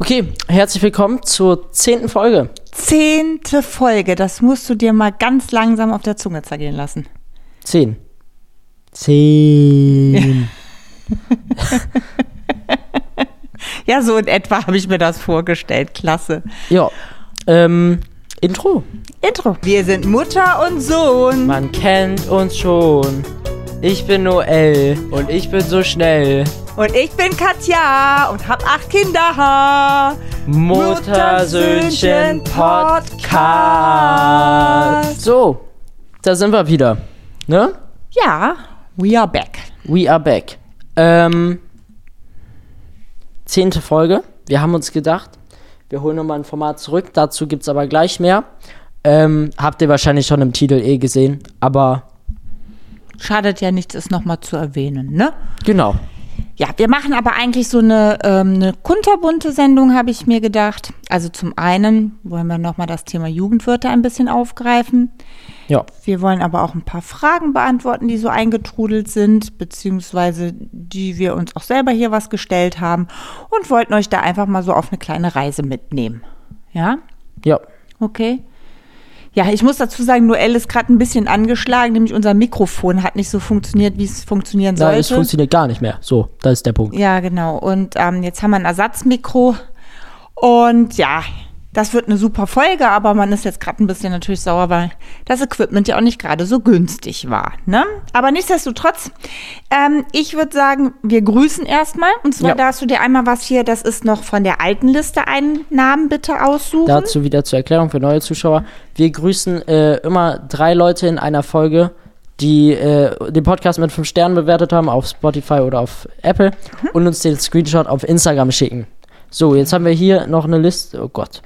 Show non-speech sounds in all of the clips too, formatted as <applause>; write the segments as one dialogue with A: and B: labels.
A: Okay, herzlich willkommen zur zehnten Folge.
B: Zehnte Folge, das musst du dir mal ganz langsam auf der Zunge zergehen lassen.
A: Zehn. Zehn.
B: Ja, so in etwa habe ich mir das vorgestellt. Klasse.
A: <laughs> Ja. Ähm, Intro.
B: Intro. Wir sind Mutter und Sohn.
A: Man kennt uns schon. Ich bin Noel und ich bin so schnell.
B: Und ich bin Katja und hab acht Kinder.
A: Muttersöhnchen Podcast.
B: Podcast.
A: So, da sind wir wieder. Ne?
B: Ja, we are back.
A: We are back. Ähm, zehnte Folge. Wir haben uns gedacht, wir holen nochmal ein Format zurück. Dazu gibt es aber gleich mehr. Ähm, habt ihr wahrscheinlich schon im Titel eh gesehen. Aber
B: Schadet ja nichts, es nochmal zu erwähnen, ne?
A: genau.
B: Ja, wir machen aber eigentlich so eine, ähm, eine kunterbunte Sendung, habe ich mir gedacht. Also zum einen wollen wir nochmal das Thema Jugendwörter ein bisschen aufgreifen.
A: Ja.
B: Wir wollen aber auch ein paar Fragen beantworten, die so eingetrudelt sind, beziehungsweise die wir uns auch selber hier was gestellt haben und wollten euch da einfach mal so auf eine kleine Reise mitnehmen. Ja,
A: Ja.
B: okay. Ja, ich muss dazu sagen, Noel ist gerade ein bisschen angeschlagen, nämlich unser Mikrofon hat nicht so funktioniert, wie es funktionieren
A: Na,
B: sollte.
A: es funktioniert gar nicht mehr. So, da ist der Punkt.
B: Ja, genau. Und ähm, jetzt haben wir ein Ersatzmikro. Und ja, das wird eine super Folge, aber man ist jetzt gerade ein bisschen natürlich sauer, weil das Equipment ja auch nicht gerade so günstig war. Ne? Aber nichtsdestotrotz, ähm, ich würde sagen, wir grüßen erstmal. Und zwar
A: Ja.
B: darfst du dir einmal was hier, das ist noch von der alten Liste, einen Namen bitte aussuchen.
A: Dazu wieder zur Erklärung für neue Zuschauer. Wir grüßen äh, immer drei Leute in einer Folge, die äh, den Podcast mit fünf Sternen bewertet haben auf Spotify oder auf Apple und uns den Screenshot auf Instagram schicken. So, jetzt haben wir hier noch eine Liste. Oh Gott.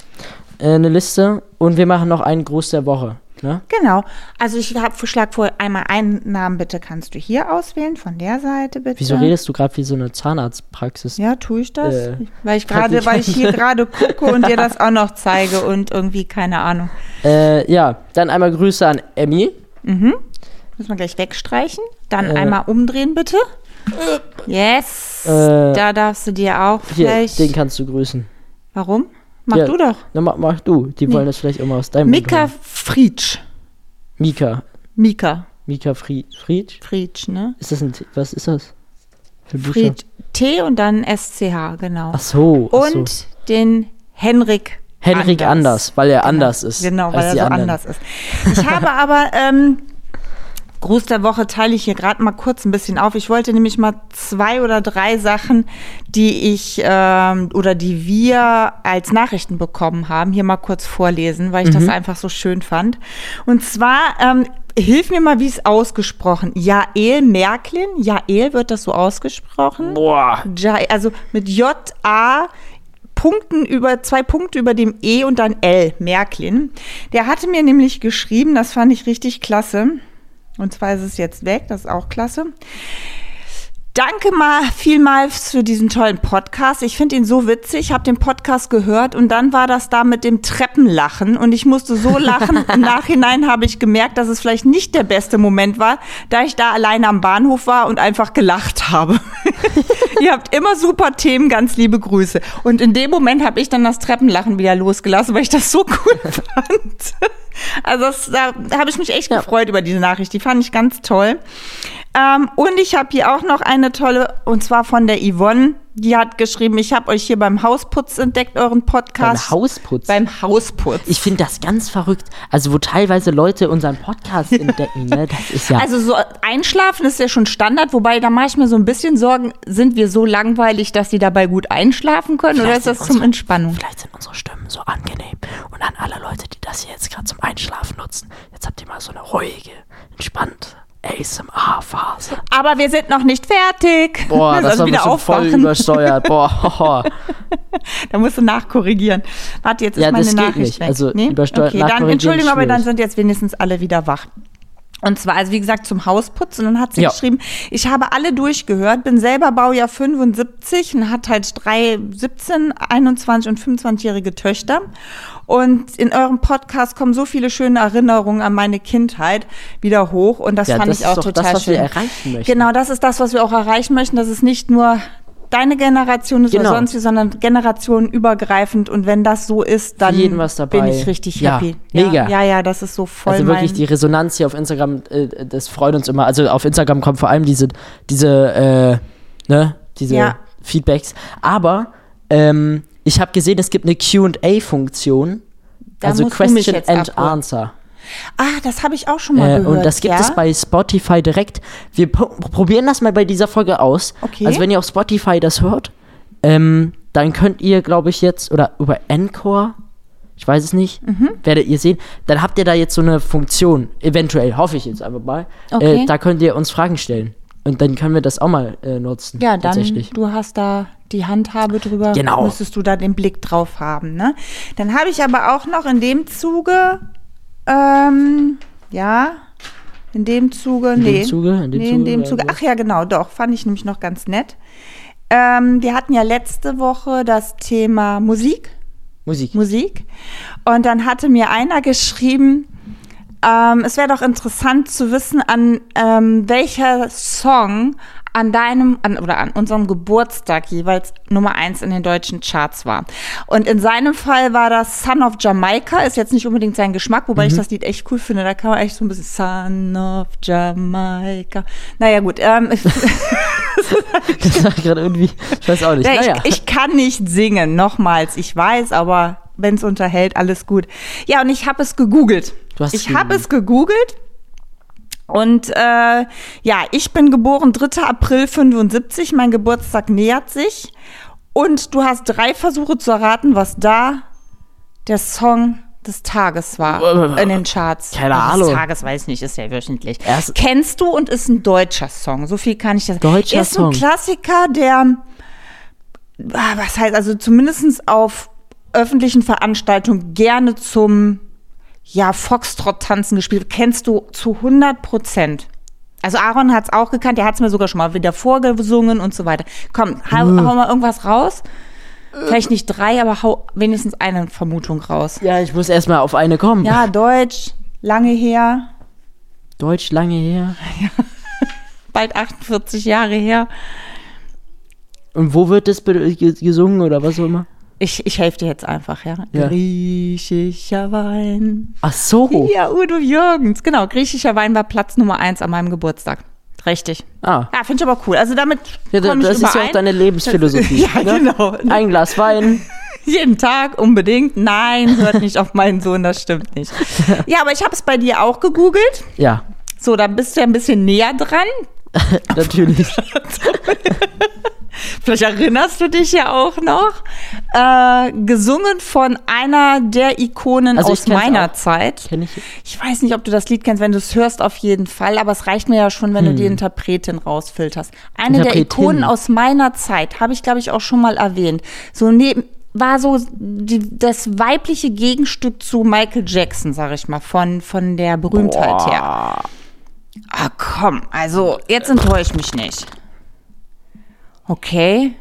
A: Äh, eine Liste und wir machen noch einen Gruß der Woche. Ne?
B: Genau. Also ich habe Schlag vor, einmal einen Namen bitte kannst du hier auswählen, von der Seite bitte.
A: Wieso redest du gerade wie so eine Zahnarztpraxis?
B: Ja, tue ich das?
A: Äh,
B: weil ich gerade, weil ich hier gerade gucke und
A: <laughs>
B: dir das auch noch zeige und irgendwie, keine Ahnung.
A: Äh, ja, dann einmal Grüße an Emmy.
B: Müssen wir gleich wegstreichen. Dann einmal umdrehen, bitte. Yes.
A: Äh,
B: da darfst du dir auch
A: Hier,
B: vielleicht.
A: den kannst du grüßen.
B: Warum? Mach
A: Ja,
B: du doch.
A: Na, mach, mach du. Die wollen das vielleicht immer aus deinem Mund
B: Mika
A: hören.
B: Frietsch.
A: Mika.
B: Mika
A: Mika Fried, Fried?
B: Frietsch, ne?
A: Ist das ein T Was ist das? Für Bücher?
B: Frietsch. T und dann SCH, genau.
A: Ach so. Ach so.
B: und den Henrik.
A: Henrik anders, weil er anders ist.
B: Genau,
A: als
B: weil er
A: die
B: so
A: anderen.
B: anders ist. Ich habe
A: <laughs>
B: aber, ähm, Gruß der Woche teile ich hier gerade mal kurz ein bisschen auf. Ich wollte nämlich mal zwei oder drei Sachen, die ich ähm, oder die wir als Nachrichten bekommen haben, hier mal kurz vorlesen, weil ich
A: Mhm.
B: das einfach so schön fand. Und zwar, ähm, hilf mir mal, wie es ausgesprochen. Jael Merklin, Jael wird das so ausgesprochen.
A: Boah.
B: Jai, also mit J A Punkten über zwei Punkte über dem E und dann L Märklin. Der hatte mir nämlich geschrieben, das fand ich richtig klasse. Und zwar ist es jetzt weg, das ist auch klasse. Danke mal vielmals für diesen tollen Podcast. Ich finde ihn so witzig. Habe den Podcast gehört und dann war das da mit dem Treppenlachen und ich musste so lachen. Im Nachhinein habe ich gemerkt, dass es vielleicht nicht der beste Moment war, da ich da alleine am Bahnhof war und einfach gelacht habe. <laughs> Ihr habt immer super Themen, ganz liebe Grüße. Und in dem Moment habe ich dann das Treppenlachen wieder losgelassen, weil ich das so cool <laughs> fand. <laughs> Also das, da habe ich mich echt gefreut über diese Nachricht. Die fand ich ganz toll. Ähm, und ich habe hier auch noch eine tolle, und zwar von der Yvonne. Die hat geschrieben, ich habe euch hier beim Hausputz entdeckt, euren
A: Beim
B: Podcast.
A: Hausputz.
B: Beim Hausputz.
A: ich finde das ganz verrückt. Also, wo teilweise Leute unseren
B: <laughs>
A: Podcast entdecken, ne? Das ist ja.
B: Also so einschlafen ist ja schon Standard, wobei da mache ich mir so ein bisschen Sorgen, sind wir so langweilig, dass sie dabei gut einschlafen können oder ist das zum Entspannung?
A: Vielleicht sind unsere Stimmen so angenehm. Und an alle Leute, die das hier jetzt gerade zum Einschlafen nutzen, jetzt habt ihr mal so eine ruhige, entspannte ASMR-Phase.
B: Aber wir sind noch nicht fertig. <laughs>
A: Boah,
B: Wir
A: das
B: sollen
A: war wieder voll übersteuert. Boah, <laughs> hoho.
B: Da musst du nachkorrigieren. Warte, jetzt ist
A: Ja,
B: meine
A: das geht
B: Nachricht
A: nicht.
B: weg.
A: Also übersteuert
B: okay, dann
A: nachkorrigieren
B: Entschuldigung, aber dann
A: schwierig.
B: sind jetzt wenigstens alle wieder wach. Und zwar, also wie gesagt, zum Hausputz. Und dann hat sie
A: Ja.
B: geschrieben, ich habe alle durchgehört, bin selber Baujahr 75 und hat halt drei 17, 21 und 25-jährige Töchter. Und in eurem Podcast kommen so viele schöne Erinnerungen an meine Kindheit wieder hoch. Und das
A: Ja,
B: fand
A: das
B: ich
A: ist
B: auch
A: doch das,
B: total
A: was
B: schön.
A: wir erreichen möchten.
B: Genau, das ist das, was wir auch erreichen möchten, dass es nicht nur deine Generation ist
A: Genau.
B: oder sonst wie, sondern generationenübergreifend. Und wenn das so ist, dann
A: Für jeden was dabei.
B: bin ich richtig
A: Ja,
B: happy.
A: mega.
B: Ja, ja, ja, das ist so voll
A: also wirklich
B: mein
A: die Resonanz hier auf Instagram, äh, das freut uns immer. Also auf Instagram kommen vor allem diese, diese, äh, ne, diese
B: Ja.
A: Feedbacks. Aber ähm, ich habe gesehen, es gibt eine QA-Funktion.
B: Da
A: Also
B: musst du mich
A: Question
B: jetzt
A: and
B: abholen.
A: Answer.
B: Ah, das habe ich auch schon mal
A: Äh,
B: gehört.
A: und das gibt
B: ja?
A: es bei Spotify direkt. Wir po- probieren das mal bei dieser Folge aus.
B: Okay.
A: Also wenn ihr auf Spotify das hört, ähm, dann könnt ihr, glaube ich, jetzt, oder über Encore, ich weiß es nicht,
B: Mhm.
A: werdet ihr sehen, dann habt ihr da jetzt so eine Funktion, eventuell, hoffe ich jetzt einfach mal.
B: Okay.
A: Äh, da könnt ihr uns Fragen stellen. Und dann können wir das auch mal äh, nutzen.
B: Ja, dann,
A: tatsächlich.
B: du hast da die Handhabe drüber,
A: Genau.
B: müsstest du da den Blick drauf haben. Ne? Dann habe ich aber auch noch in dem Zuge, ähm, ja, in dem Zuge,
A: dem
B: nee.
A: Zuge, in dem
B: nee,
A: Zuge
B: in dem
A: oder
B: Zuge,
A: so.
B: ach ja, genau, doch, fand ich nämlich noch ganz nett. Ähm, wir hatten ja letzte Woche das Thema Musik.
A: Musik.
B: Musik. Und dann hatte mir einer geschrieben, ähm, es wäre doch interessant zu wissen, an ähm, welcher Song an deinem an, oder an unserem Geburtstag jeweils Nummer eins in den deutschen Charts war. Und in seinem Fall war das Son of Jamaica, ist jetzt nicht unbedingt sein Geschmack, wobei ich das Lied echt cool finde. Da kann man echt so ein bisschen Son of Jamaica. Naja gut, ähm,
A: <laughs> Das war gerade irgendwie, ich weiß auch nicht.
B: Ja,
A: naja.
B: ich, ich kann nicht singen, nochmals. Ich weiß, aber wenn es unterhält, alles gut. Ja, und ich habe es gegoogelt.
A: Du hast es
B: ich habe es gegoogelt. Und äh, ja, ich bin geboren 3. April 75. Mein Geburtstag nähert sich. Und du hast drei Versuche zu erraten, was da der Song des Tages war in den Charts.
A: Äh, Keine
B: Also
A: Ahnung.
B: Des Tages weiß ich nicht, ist ja wöchentlich.
A: Erst-
B: Kennst du und ist ein deutscher Song. So viel kann ich das.
A: Deutscher
B: ist
A: Song.
B: ein Klassiker, der ah, was heißt, also zumindest auf öffentlichen Veranstaltungen gerne zum ja, Foxtrot-Tanzen gespielt. Kennst du zu 100 Prozent. Also Aaron hat es auch gekannt, der hat es mir sogar schon mal wieder vorgesungen und so weiter. Komm, hau,
A: Äh.
B: hau mal irgendwas raus. Vielleicht nicht drei, aber hau wenigstens eine Vermutung raus.
A: ja, ich muss erstmal auf eine kommen.
B: Ja, Deutsch, lange her,
A: Deutsch lange her.
B: bald 48 Jahre her.
A: Und wo wird das be- ge- gesungen oder was auch immer?
B: Ich, ich helfe dir jetzt einfach, ja.
A: Ja.
B: Griechischer Wein,
A: Ach so.
B: Ja, Udo Jürgens, genau. Griechischer Wein war Platz Nummer eins an meinem Geburtstag. Richtig.
A: Ah.
B: Ja, finde ich aber cool. Also damit
A: Ja, da-
B: komme ich
A: das ist ja
B: überein.
A: auch deine Lebensphilosophie.
B: <laughs>
A: ne?
B: Ja, genau.
A: Ein Glas Wein.
B: Jeden Tag unbedingt. Nein, hört nicht auf meinen Sohn, das
A: <laughs>
B: stimmt nicht. Ja, aber ich habe es bei dir auch gegoogelt.
A: Ja,
B: So, da bist du ja ein bisschen näher dran. <laughs>
A: natürlich.
B: Vielleicht erinnerst du dich ja auch noch. Äh, gesungen von einer der Ikonen
A: Also ich
B: aus
A: kenn's
B: meiner
A: auch.
B: Zeit.
A: Kenn ich.
B: Ich weiß nicht, ob du das Lied kennst, wenn du es hörst, auf jeden Fall, aber es reicht mir ja schon, wenn du die Interpretin rausfilterst. Eine der
A: Interpretin.
B: Ikonen aus meiner Zeit, habe ich, glaube ich, auch schon mal erwähnt. So neben war so die, das weibliche Gegenstück zu Michael Jackson, sage ich mal, von, von der Berühmtheit her. Ah, komm, also jetzt enttäusch mich nicht. Okay.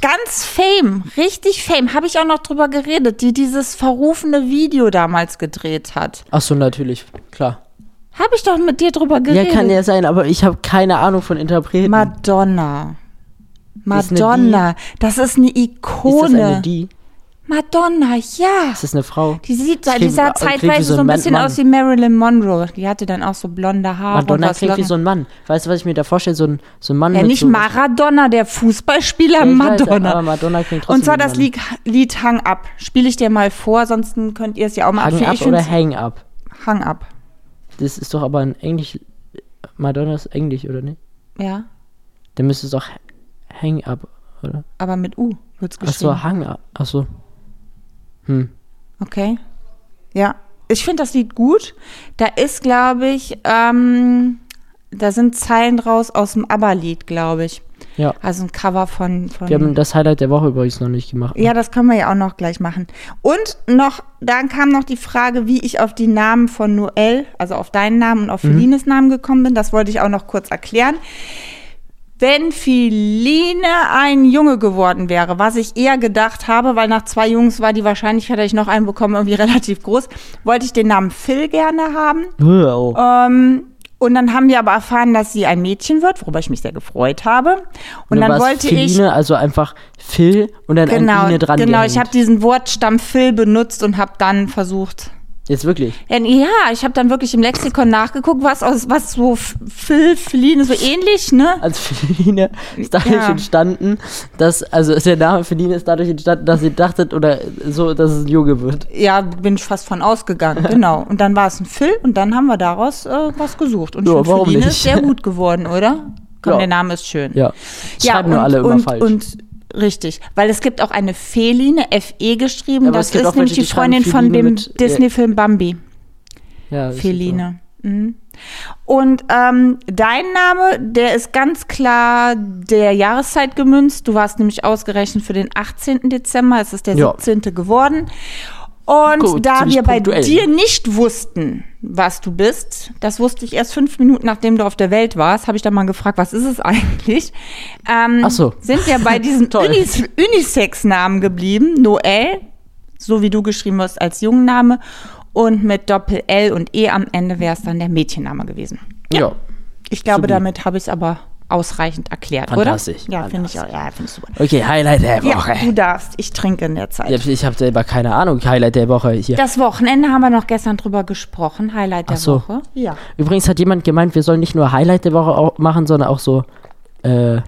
B: Ganz fame, richtig fame, habe ich auch noch drüber geredet, die dieses verrufene Video damals gedreht hat.
A: Ach so, natürlich. Klar.
B: Habe ich doch mit dir drüber
A: Ja,
B: geredet.
A: kann ja sein, aber ich habe keine Ahnung von Interpreten.
B: Madonna.
A: Ist eine
B: Madonna, das ist eine
A: ist das eine
B: Ikone.
A: die?
B: Madonna, ja.
A: Ist das eine Frau?
B: Die sieht,
A: Das
B: die
A: klingt-
B: sah
A: klingt wie
B: zeitweise
A: so
B: so ein
A: ein
B: bisschen
A: Mann.
B: aus wie Marilyn Monroe. Die hatte dann auch so blonde Haare. und
A: Madonna
B: was
A: klingt wie
B: Locken.
A: so ein Mann. Weißt du, was ich mir da vorstelle? So ein, so ein Mann
B: Ja,
A: mit
B: nicht
A: so,
B: Maradona, der Fußballspieler
A: ich weiß,
B: Madonna.
A: aber Madonna klingt trotzdem
B: Und zwar
A: wie ein
B: das
A: Mann.
B: Lied, Lied Hang Up. Spiele ich dir mal vor, sonst könnt ihr es ja auch mal
A: Hang
B: abspielen.
A: Up
B: Ich
A: oder
B: find's-
A: Hang Up.
B: Hang Up,
A: Das ist doch aber ein Englisch. Madonna ist Englisch, oder nicht?
B: ja.
A: Dann müsste es doch Hang Up, oder?
B: Aber mit U wird's
A: Ach
B: geschrieben.
A: so, Hang Up. Ach so.
B: Okay. Ja, ich finde das Lied gut. Da ist, glaube ich, ähm, da sind Zeilen draus aus dem ABBA-Lied, glaube ich.
A: Ja.
B: Also ein Cover von. von
A: Wir haben das Highlight der Woche übrigens noch nicht gemacht.
B: ja, das können wir ja auch noch gleich machen. Und noch, dann kam noch die Frage, wie ich auf die Namen von Noel, also auf deinen Namen und auf Felines Namen gekommen bin. Das wollte ich auch noch kurz erklären. Wenn Feline ein Junge geworden wäre, was ich eher gedacht habe, weil nach zwei Jungs war die Wahrscheinlichkeit, dass ich noch einen <laughs> bekomme, irgendwie relativ groß, wollte ich den Namen Phil gerne haben.
A: Wow.
B: Ähm, Und dann haben wir aber erfahren, dass sie ein Mädchen wird, worüber ich mich sehr gefreut habe. Und
A: Nur
B: dann
A: war's
B: wollte
A: Philine,
B: ich
A: also einfach Phil und dann
B: genau,
A: eine Ine dran
B: genau, ich
A: gehängt.
B: habe diesen Wortstamm Phil benutzt und habe dann versucht.
A: Jetzt wirklich.
B: Ja, nee, ja, ich habe dann wirklich im Lexikon nachgeguckt, was aus was so F- Phil, Feline, so ähnlich, ne?
A: Also Feline ist dadurch
B: Ja.
A: entstanden, dass, also der Name Feline ist dadurch entstanden, dass sie dachtet oder so, dass es ein Junge wird.
B: Ja, bin ich fast von ausgegangen, genau. Und dann war es ein Phil und dann haben wir daraus äh, was gesucht. Und
A: Ja,
B: schon
A: warum
B: Feline
A: nicht?
B: ist sehr gut geworden, oder? Komm,
A: Ja.
B: der Name ist schön.
A: Ja. Schreiben nur alle immer
B: und,
A: falsch.
B: Und richtig, weil es gibt auch eine Feline, F-E geschrieben,
A: Ja, aber es
B: das
A: gibt
B: ist
A: auch welche,
B: nämlich die
A: die schreiben
B: Freundin von
A: Feline
B: dem
A: mit, äh,
B: Disney-Film Bambi,
A: ja, das ist
B: Feline. Mhm. Und ähm, dein Name, der ist ganz klar der Jahreszeit gemünzt. Du warst nämlich ausgerechnet für den 18. Dezember, es ist der
A: Ja.
B: 17. geworden. Und
A: Gut,
B: da
A: ziemlich
B: wir bei
A: punktuell.
B: dir nicht wussten, was du bist, das wusste ich erst fünf Minuten, nachdem du auf der Welt warst, habe ich dann mal gefragt, was ist es <laughs> eigentlich? Ähm,
A: Ach so.
B: Sind wir bei
A: <laughs>
B: diesem
A: Toll.
B: Unis Unisex-Namen geblieben? Noel, so wie du geschrieben hast, als Jungenname. Und mit Doppel-L und E am Ende wäre es dann der Mädchenname gewesen.
A: so. Ja.
B: Ich glaube,
A: Subi.
B: damit habe ich es aber ausreichend erklärt,
A: Fantastisch.
B: oder? Ja, finde ich, auch- ja, find ich super.
A: Okay, Highlight der
B: Ja,
A: Woche.
B: du darfst. Ich trinke in der Zeit.
A: Ja, ich habe selber keine Ahnung. Highlight der Woche hier.
B: Das Wochenende haben wir noch gestern drüber gesprochen. Highlight der
A: Ach so.
B: Woche. Ja.
A: Übrigens hat jemand gemeint, wir sollen nicht nur Highlight der Woche au- machen, sondern auch so, äh,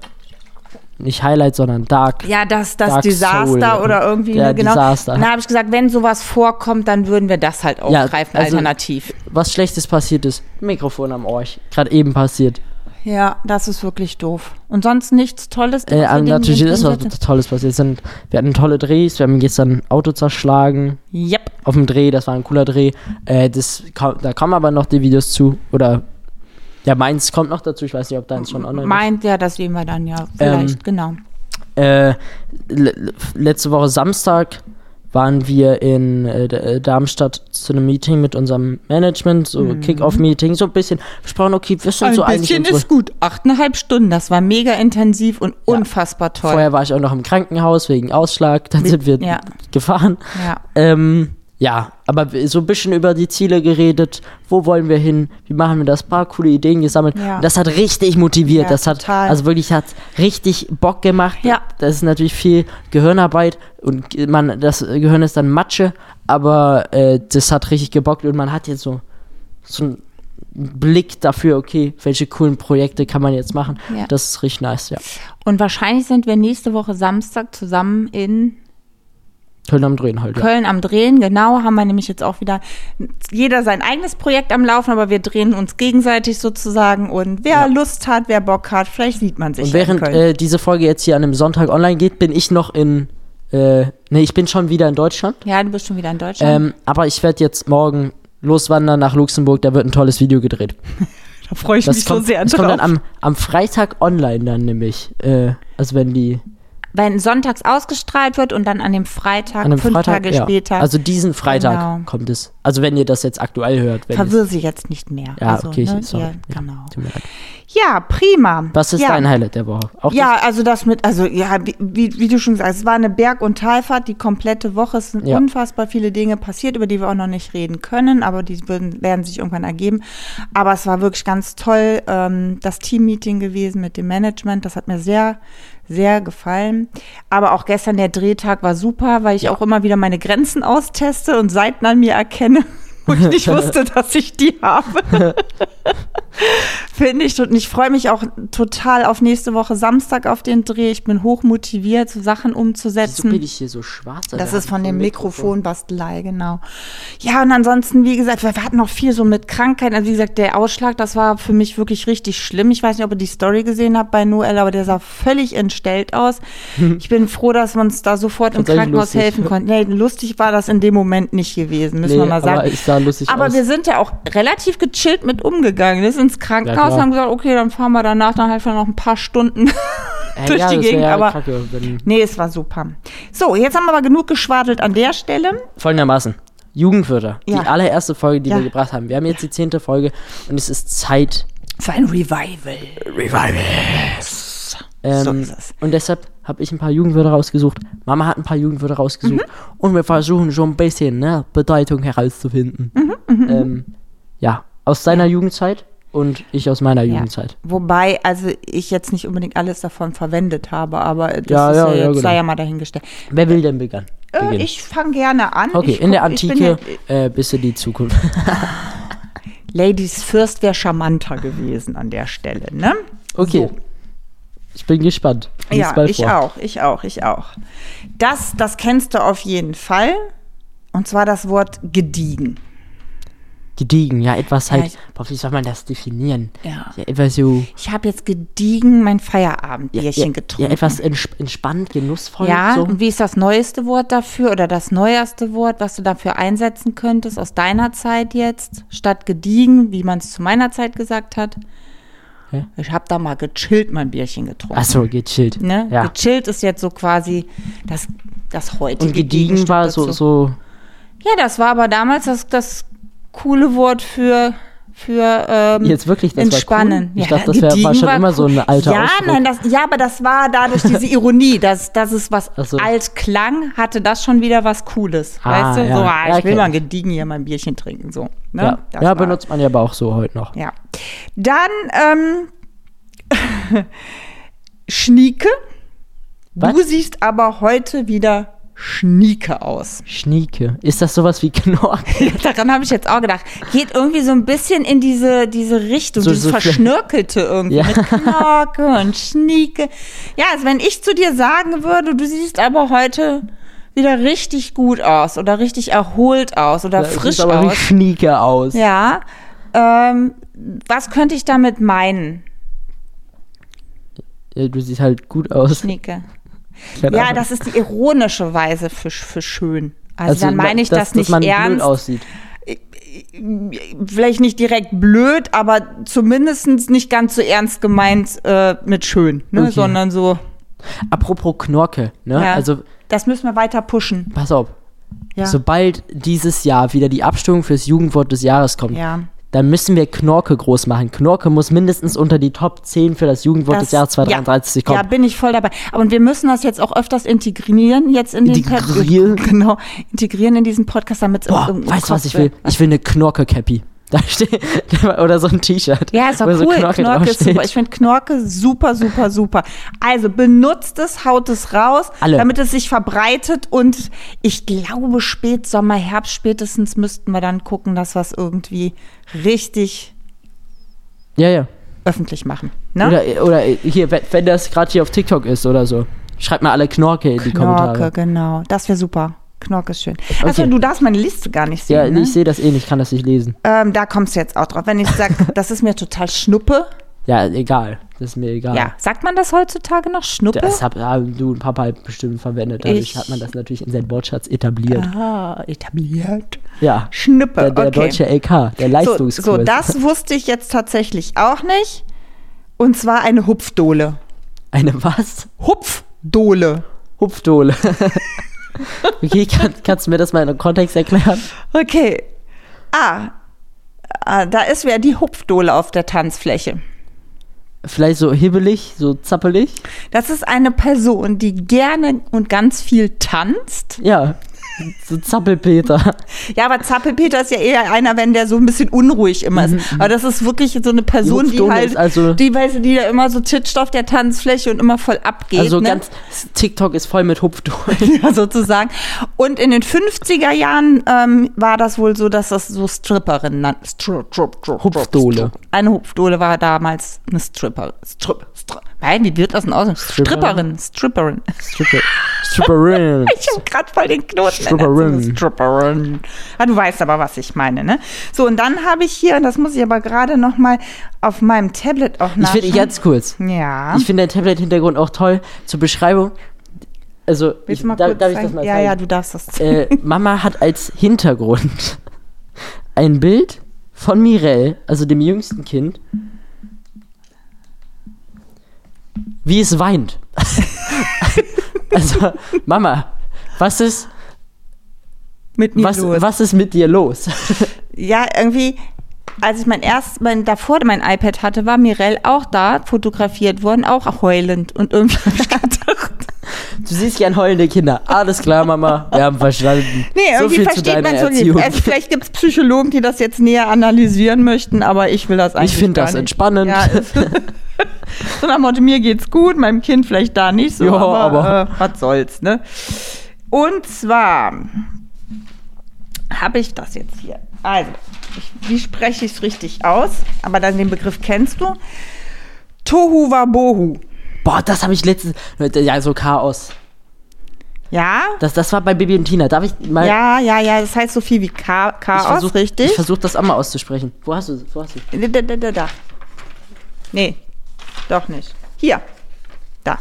A: nicht Highlight, sondern Dark.
B: Ja, das, das
A: Dark
B: Desaster
A: Soul.
B: oder irgendwie.
A: Ja,
B: ne, genau.
A: Desaster.
B: Dann habe ich gesagt, wenn sowas vorkommt, dann würden wir das halt
A: Ja,
B: aufgreifen,
A: also-
B: alternativ.
A: Was Schlechtes passiert ist. Mikrofon am Ohr. Gerade eben passiert.
B: Ja, das ist wirklich doof. Und sonst nichts Tolles.
A: Äh,
B: was wir
A: aber
B: den-
A: natürlich
B: den
A: ist was
B: drin setzen?
A: Tolles passiert. Es Sind, wir hatten tolle Drehs. Wir haben gestern ein Auto zerschlagen.
B: Yep.
A: Auf dem Dreh. Das war ein cooler Dreh. Äh, das, ko- da kommen aber noch die Videos zu. Oder, ja, meins kommt noch dazu. Ich weiß nicht, ob deins schon online ist.
B: Meint ja, das sehen wir dann ja. Vielleicht,
A: Ähm,
B: genau.
A: Äh, le- letzte Woche Samstag waren wir in äh, D- äh, Darmstadt zu einem Meeting mit unserem Management, so Kick-Off-Meeting, so ein bisschen besprochen, okay, wir sind
B: Mhm. Ein
A: so eigentlich
B: bisschen
A: unsere,
B: ist gut. Achteinhalb Stunden. Das war mega intensiv und unfassbar toll.
A: Vorher war ich auch noch im Krankenhaus wegen Ausschlag, dann sind wir
B: ja.
A: gefahren.
B: Ja.
A: Ähm, ja, aber wir- so ein bisschen über die Ziele geredet, wo wollen wir hin, wie machen wir das, paar coole Ideen gesammelt.
B: Ja.
A: Und das hat richtig motiviert,
B: Ja,
A: das hat,
B: total.
A: also wirklich hat richtig Bock gemacht.
B: Ja.
A: Das ist natürlich viel Gehirnarbeit und ge- man, das Gehirn ist dann Matsche, aber äh, das hat richtig gebockt und man hat jetzt so, so einen Blick dafür, okay, welche coolen Projekte kann man jetzt machen.
B: Ja.
A: Das ist richtig nice, ja.
B: Und wahrscheinlich sind wir nächste Woche Samstag zusammen in
A: Köln am Drehen halt, ja.
B: Köln am Drehen. Genau, haben wir nämlich jetzt auch wieder jeder sein eigenes Projekt am Laufen, aber wir drehen uns gegenseitig sozusagen. Und wer Lust hat, wer Bock hat, vielleicht sieht man sich.
A: Und
B: ja in
A: während
B: Köln.
A: äh, diese Folge jetzt hier an einem Sonntag online geht, bin ich noch in. Äh, nee, ich bin schon wieder in Deutschland.
B: ja, du bist schon wieder in Deutschland.
A: Ähm, aber ich werde jetzt morgen loswandern nach Luxemburg. Da wird ein tolles Video gedreht.
B: da freue ich
A: Das,
B: mich
A: kommt,
B: so sehr
A: das kommt dann
B: drauf.
A: am, am Freitag online dann nämlich. Äh, also wenn die
B: Wenn sonntags ausgestrahlt wird und dann an dem Freitag,
A: an einem
B: fünf
A: Freitag.
B: Tage
A: ja,
B: später.
A: Also diesen Freitag
B: Genau.
A: kommt es. Also wenn ihr das jetzt aktuell hört. Wenn ihr's-
B: Verwirr sie jetzt nicht mehr.
A: ja,
B: also,
A: okay,
B: ne,
A: sorry.
B: ihr- genau.
A: Tut mir leid.
B: Ja, prima.
A: Was ist
B: ja.
A: dein Highlight der Woche? Auch
B: Ja, also das mit, also ja, wie, wie, wie du schon gesagt hast, es war eine Berg- und Talfahrt die komplette Woche. Es sind
A: Ja.
B: unfassbar viele Dinge passiert, über die wir auch noch nicht reden können, aber die würden, werden sich irgendwann ergeben. Aber es war wirklich ganz toll, ähm, das Teammeeting gewesen mit dem Management. Das hat mir sehr, sehr gefallen. Aber auch gestern der Drehtag war super, weil ich auch immer wieder meine Grenzen austeste und Seiten an mir erkenne, <laughs> wo ich
A: <laughs>
B: nicht wusste, dass ich die habe. Finde ich und ich freue mich auch total auf nächste Woche Samstag auf den Dreh. Ich bin hoch motiviert, so Sachen
A: Wieso bin
B: umzusetzen.
A: ich hier so schwarz?
B: Das ist von dem Mikrofonbastelei, genau. Ja, und ansonsten, wie gesagt, wir hatten noch viel so mit Krankheiten. Also wie gesagt, der Ausschlag, das war für mich wirklich richtig schlimm. Ich weiß nicht, ob ihr die Story gesehen habt bei Noel, aber der sah völlig entstellt aus. Ich bin froh, dass wir uns da sofort im
A: Hm. Tatsächlich
B: Krankenhaus
A: lustig.
B: helfen konnten. Nee, lustig war das in dem Moment nicht gewesen, müssen
A: Nee,
B: wir mal sagen.
A: aber es sah lustig
B: Aber
A: aus.
B: wir sind ja auch relativ gechillt mit umgegangen. Wir sind ins Krankenhaus
A: klar.
B: haben gesagt, okay, dann fahren wir danach dann halt noch ein paar Stunden <laughs>
A: Äh,
B: durch
A: ja,
B: die
A: das wär
B: Gegend.
A: ja
B: aber
A: Kacke, wenn
B: Nee, es war super. So, jetzt haben wir aber genug geschwadelt an der Stelle.
A: folgendermaßen. Jugendwörter.
B: Ja.
A: Die allererste Folge, die
B: Ja.
A: wir gebracht haben. Wir haben jetzt die zehnte Folge und es ist Zeit.
B: Für ein Revival.
A: Ähm,
B: So ist es.
A: Und deshalb habe ich ein paar Jugendwörter rausgesucht. Mama hat ein paar Jugendwörter rausgesucht.
B: Mhm.
A: Und wir versuchen schon ein
B: Mhm,
A: bisschen ne, Bedeutung herauszufinden. ähm, ja, aus deiner Jugendzeit. und ich aus meiner Jugendzeit.
B: Wobei, also ich jetzt nicht unbedingt alles davon verwendet habe, aber das
A: Ja,
B: ist
A: ja,
B: ja,
A: ja,
B: jetzt
A: genau.
B: sei ja mal dahingestellt.
A: Wer will denn begann?
B: Äh,
A: beginnen?
B: ich fange gerne an.
A: okay,
B: ich
A: in der
B: guck- ich bin
A: Antike
B: ja-
A: äh, bis in die Zukunft. <laughs>
B: Ladies First wäre charmanter gewesen an der Stelle, ne?
A: Okay. Ich bin gespannt. Lies
B: Ja,
A: mal
B: ich
A: vor.
B: auch, ich auch, ich auch. Das, das kennst du auf jeden Fall. Und zwar das Wort gediegen.
A: Gediegen, ja, etwas halt.
B: ich-
A: boah, wie soll man das definieren?
B: Ja.
A: etwas so.
B: Ich habe jetzt gediegen mein
A: Ja,
B: Feierabendbierchen
A: ja, ja,
B: getrunken.
A: etwas entsp entspannt, genussvoll.
B: Ja,
A: so.
B: und wie ist das neueste Wort dafür oder das neuerste Wort, was du dafür einsetzen könntest aus deiner Zeit jetzt, statt gediegen, wie man es zu meiner Zeit gesagt hat?
A: Hä?
B: Ich habe da mal gechillt mein Bierchen getrunken.
A: Achso, gechillt.
B: Ne?
A: Ja.
B: Gechillt ist jetzt so quasi das, das heutige
A: Und gediegen
B: Gegenstück
A: war so,
B: dazu. Ne?
A: so.
B: Ja, das war aber damals das, das coole Wort für für ähm,
A: Jetzt wirklich, das war
B: entspannen.
A: cool? Ich dachte, das wär- war
B: gediegen
A: schon immer so ein alter
B: Ja,
A: Ausdruck.
B: nein, das, ja, aber das war dadurch diese Ironie, dass, dass es was
A: Ach so.
B: alt klang, hatte das schon wieder was Cooles.
A: Ah,
B: weißt du,
A: ja.
B: so, ah, ich
A: Ja,
B: will
A: okay.
B: mal gediegen hier mein Bierchen trinken, so. Ne?
A: Ja,
B: Das
A: ja
B: war-
A: benutzt man ja aber auch so heute noch.
B: Ja. Dann ähm, <laughs> Schnieke.
A: Was?
B: Du siehst aber heute wieder Schnieke aus.
A: Schnieke. Ist das sowas wie
B: <laughs>
A: Knorke?
B: Daran habe ich jetzt auch gedacht. Geht irgendwie so ein bisschen in diese, diese Richtung,
A: So-
B: dieses
A: so vielleicht-
B: Verschnörkelte irgendwie
A: Ja.
B: mit Knorke und Schnieke. Ja, also wenn ich zu dir sagen würde, du siehst aber heute wieder richtig gut aus oder richtig erholt aus oder
A: Das
B: frisch
A: sieht aber wie
B: aus.
A: Schnieke aus.
B: Ja. Ähm, was könnte ich damit meinen,
A: Ja, du siehst halt gut aus.
B: Schnieke?
A: Keine
B: Ja,
A: Ahnung.
B: das ist die ironische Weise für, für schön. Also,
A: Also,
B: dann meine ich
A: dass-
B: das, nicht
A: dass man Blöd
B: ernst.
A: aussieht.
B: vielleicht nicht direkt blöd, aber zumindest nicht ganz so ernst gemeint äh, mit schön, ne?
A: Okay.
B: sondern so.
A: Apropos Knorke, ne?
B: Ja,
A: Also,
B: das müssen wir weiter pushen.
A: pass auf.
B: Ja.
A: Sobald dieses Jahr wieder die Abstimmung fürs Jugendwort des Jahres kommt,
B: Ja.
A: dann müssen wir Knorke groß machen. Knorke muss mindestens unter die Top 10 für das Jugendwort des Jahres 2033
B: ja,
A: kommen.
B: ja, bin ich voll dabei. Aber und wir müssen das jetzt auch öfters integrieren, jetzt in den Pod-
A: Integrieren?
B: <laughs> Genau, integrieren in diesen Podcast, damit es
A: Boah,
B: im- im
A: weißt du,
B: Kopf
A: was ich will?
B: wird.
A: Ich will eine Knorke-Cappy. Da steht, <laughs> oder so ein T-Shirt.
B: Ja, ist doch
A: wo
B: cool.
A: so
B: Knorke, ist
A: draufsteht.
B: super. Ich finde Knorke super, super, super. Also benutzt es, haut es raus,
A: Alle.
B: damit es sich verbreitet und ich glaube, Spätsommer, Herbst spätestens müssten wir dann gucken, dass wir es irgendwie richtig
A: Ja, ja.
B: öffentlich machen. Ne?
A: Oder, oder hier, wenn wenn das gerade hier auf TikTok ist oder so. Schreibt mal alle Knorke in die
B: Knorke,
A: Kommentare.
B: genau. Das wäre super. Knorke ist schön. Also
A: Okay.
B: du darfst meine Liste gar nicht sehen.
A: Ja,
B: ne?
A: ich sehe das eh nicht, kann das nicht lesen.
B: ähm, da kommst du jetzt auch drauf. Wenn ich sage,
A: <laughs>
B: das ist mir total Schnuppe.
A: Ja, egal. Das ist mir egal.
B: Ja. Sagt man das heutzutage noch? Schnuppe?
A: Ah. Das hab, haben du und Papa halt bestimmt verwendet. Dadurch
B: Ich-
A: hat man das natürlich in seinen Wortschatz etabliert.
B: ah, etabliert.
A: Ja.
B: Schnuppe,
A: Der, der
B: Ah. okay.
A: deutsche LK, der
B: So,
A: Leistungskurs.
B: so, das wusste ich jetzt tatsächlich auch nicht. Und zwar eine Hupfdohle.
A: Eine was?
B: Hupfdohle. <laughs>
A: Hupfdohle. okay, kann, kannst du mir das mal in einem Kontext erklären?
B: Okay. Ah, ah da ist wer die Hupfdohle auf der Tanzfläche.
A: Vielleicht so hibbelig, so zappelig?
B: Das ist eine Person, die gerne und ganz viel tanzt.
A: Ja. So Zappelpeter.
B: Ja, aber Zappelpeter ist ja eher einer, wenn der so ein bisschen unruhig immer ist. Aber das ist wirklich so eine Person, die,
A: Mhm, Hupfdohle
B: halt,
A: ist also-
B: die, weißt du, die da immer so titscht auf der Tanzfläche und immer voll abgeht.
A: also
B: ne?
A: ganz. TikTok ist voll mit Hupfdohlen.
B: <laughs> ja, sozusagen. Und in den 50er Jahren ähm, war das wohl so, dass das so Stripperinnen nannten. Stri strip, strip,
A: Hupfdohle.
B: Strip. Eine Hupfdohle war damals eine Stripper. Strip, Strip. Nein, wie wird das denn aus? Stripperin, Stripperin. <laughs>
A: Stripper. Stripperin.
B: Ich habe gerade voll den Knoten. in der
A: Stripperin.
B: Zunge. Stripperin. Ah, du weißt aber, was ich meine, ne? So, und dann habe ich hier, und das muss ich aber gerade noch mal auf meinem Tablet auch
A: Ich finde,
B: nachschauen.
A: jetzt kurz.
B: ja.
A: Ich finde den Tablet-Hintergrund auch toll. Zur Beschreibung. Also,
B: Willst
A: ich,
B: du mal
A: darf,
B: kurz
A: darf ich
B: zeigen?
A: das mal
B: Ja,
A: zeigen?
B: ja, du darfst das.
A: äh, Mama hat als Hintergrund <laughs> ein Bild von Mirelle, also dem jüngsten Kind, wie es weint. <laughs> also, Mama, was ist,
B: Mit mir
A: was,
B: los.
A: was ist mit dir los?
B: ja, irgendwie, als ich mein erst, mein, davor mein iPad <laughs> hatte, war Mirelle auch da, fotografiert worden, auch heulend. Und irgendwie hab ich gedacht,
A: Du siehst gern heulende Kinder. Alles klar, Mama. Wir haben verstanden.
B: Nee,
A: so
B: irgendwie
A: viel zu
B: versteht
A: deiner
B: man so nicht.
A: Erziehung.
B: Also vielleicht gibt es Psychologen, die das jetzt näher analysieren möchten, aber ich will das eigentlich
A: Ich finde
B: gar
A: das
B: nicht.
A: entspannend.
B: Ja, ist, <laughs> so nach dem Motto, mir geht's gut, meinem Kind vielleicht da nicht so,
A: Ja,
B: aber,
A: aber-
B: Äh, was soll's, ne? Und zwar habe ich das jetzt hier. Also, ich, wie spreche ich es richtig aus? Aber dann den Begriff kennst du. Tohu Wabohu.
A: Boah, das habe ich letztens. Ja, so Chaos.
B: Ja?
A: Das, das war bei Bibi und Tina. Darf ich mal.
B: Ja, ja, ja, das heißt so viel wie Ka Chaos,
A: ich versuch,
B: richtig?
A: Ich versuche das auch mal auszusprechen. Wo hast du. Wo hast du?
B: Da, da, da, da, da. Nee, doch nicht. Hier. Da.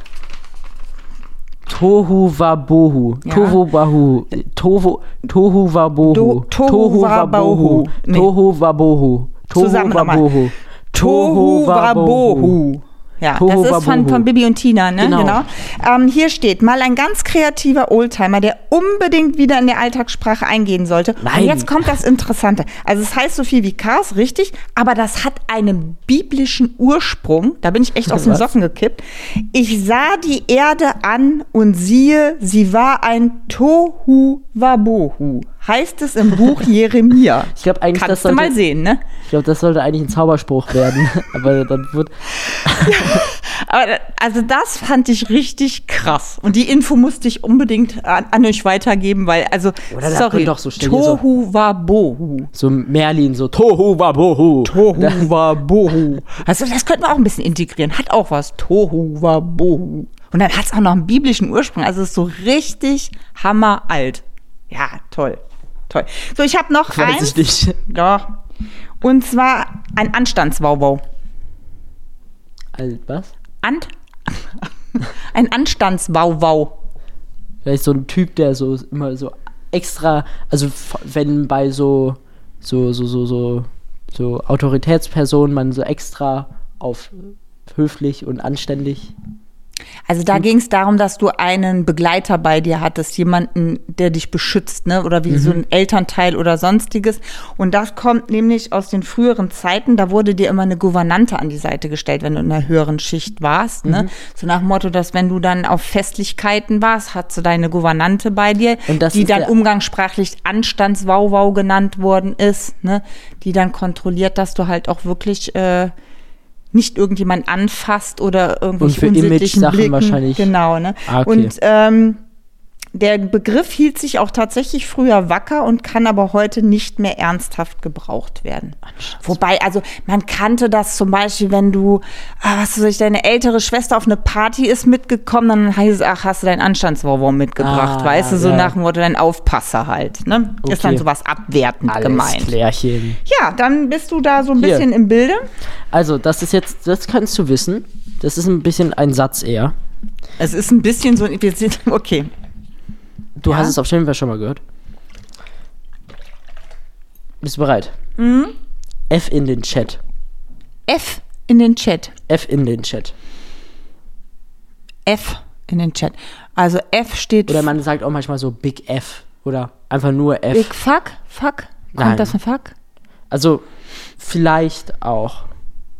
A: Tohu Wabohu.
B: Ja.
A: Tohu Wahu. Tohu, tohu Wabohu.
B: Do- Tohu Wabohu. Nee.
A: Tohu Wabohu. Tohu
B: Zusammen nochmal.
A: Wabohu.
B: Tohu Wabohu. Ja,
A: Tohu
B: das ist von,
A: Wabohu.
B: von Bibi und Tina, ne?
A: Genau.
B: Genau. Ähm, hier steht mal ein ganz kreativer Oldtimer, der unbedingt wieder in der Alltagssprache eingehen sollte.
A: Nein.
B: Und jetzt kommt das Interessante. Also es heißt so viel wie Cars, richtig, aber das hat einen biblischen Ursprung. Da bin ich echt aus den
A: Was?
B: Socken gekippt. Ich sah die Erde an und siehe, sie war ein Tohu Wabohu. Heißt es im
A: <laughs>
B: Buch Jeremia.
A: Ich glaube eigentlich, das
B: Kannst du mal
A: sollte,
B: sehen, ne?
A: ich glaub, das sollte eigentlich ein Zauberspruch werden. <laughs> Aber dann wird.
B: Aber da- also das fand ich richtig krass. Und die Info musste ich unbedingt an, an euch weitergeben, weil also
A: Oder da
B: sorry,
A: könnt doch so schnell hier so-
B: Tohu Wabohu.
A: So Merlin, so Tohu Wabohu. Da- <laughs>
B: Tohu Wabohu. Also das könnten wir auch ein bisschen integrieren. Hat auch was. Tohu Wabohu. Und dann hat es auch noch einen biblischen Ursprung. Also es ist so richtig hammeralt. Ja, toll. Toll. So, ich habe noch
A: Weiß
B: eins.
A: ich nicht.
B: Ja. Und zwar ein Anstandswauwau.
A: Also, was?
B: Ant <laughs> ein Anstandswauwau.
A: Vielleicht so ein Typ, der so immer so extra, also f- wenn bei so so so so so, so Autoritätspersonen man so extra auf höflich und anständig.
B: Also
A: Hm.
B: da ging es darum, dass du einen Begleiter bei dir hattest, jemanden, der dich beschützt, ne? Oder wie
A: Mhm.
B: so ein Elternteil oder sonstiges. Und das kommt nämlich aus den früheren Zeiten. Da wurde dir immer eine Gouvernante an die Seite gestellt, wenn du in einer höheren Schicht warst,
A: Mhm.
B: ne? So nach dem Motto, dass wenn du dann auf Festlichkeiten warst, hattest du deine Gouvernante bei dir,
A: Und das
B: die
A: ist
B: dann
A: der-
B: umgangssprachlich Anstandswauwau genannt worden ist, ne? Die dann kontrolliert, dass du halt auch wirklich äh, nicht irgendjemand anfasst oder irgendwelche
A: für
B: unsittlichen
A: Image-Sachen
B: Blicken.
A: wahrscheinlich.
B: Genau, ne?
A: Ah, okay.
B: Und ähm, der Begriff hielt sich auch tatsächlich früher wacker und kann aber heute nicht mehr ernsthaft gebraucht werden. Wobei, also man kannte das zum Beispiel, wenn du, ah, was weiß ich, deine ältere Schwester auf eine Party ist mitgekommen, dann heißt es, ach, hast du deinen Anstandswurm mitgebracht,
A: Ah,
B: weißt du, so
A: ja.
B: nach dem Motto, dein Aufpasser halt, ne?
A: Okay.
B: Ist dann sowas abwertend gemeint.
A: Klärchen.
B: Ja, dann bist du da so ein
A: Hier.
B: bisschen im Bilde.
A: Also, das ist jetzt, das kannst du wissen. Das ist ein bisschen ein Satz eher.
B: Es ist ein bisschen so, wir sind, okay,
A: Du hast es auf jeden Fall schon mal gehört. Bist du bereit? F in den Chat.
B: F in den Chat.
A: F in den Chat.
B: F in den Chat. Also F steht
A: Oder man sagt auch manchmal so Big F oder einfach nur F.
B: für Big Fuck. Fuck. Kommt
A: Nein.
B: das von Fuck?
A: Also vielleicht auch.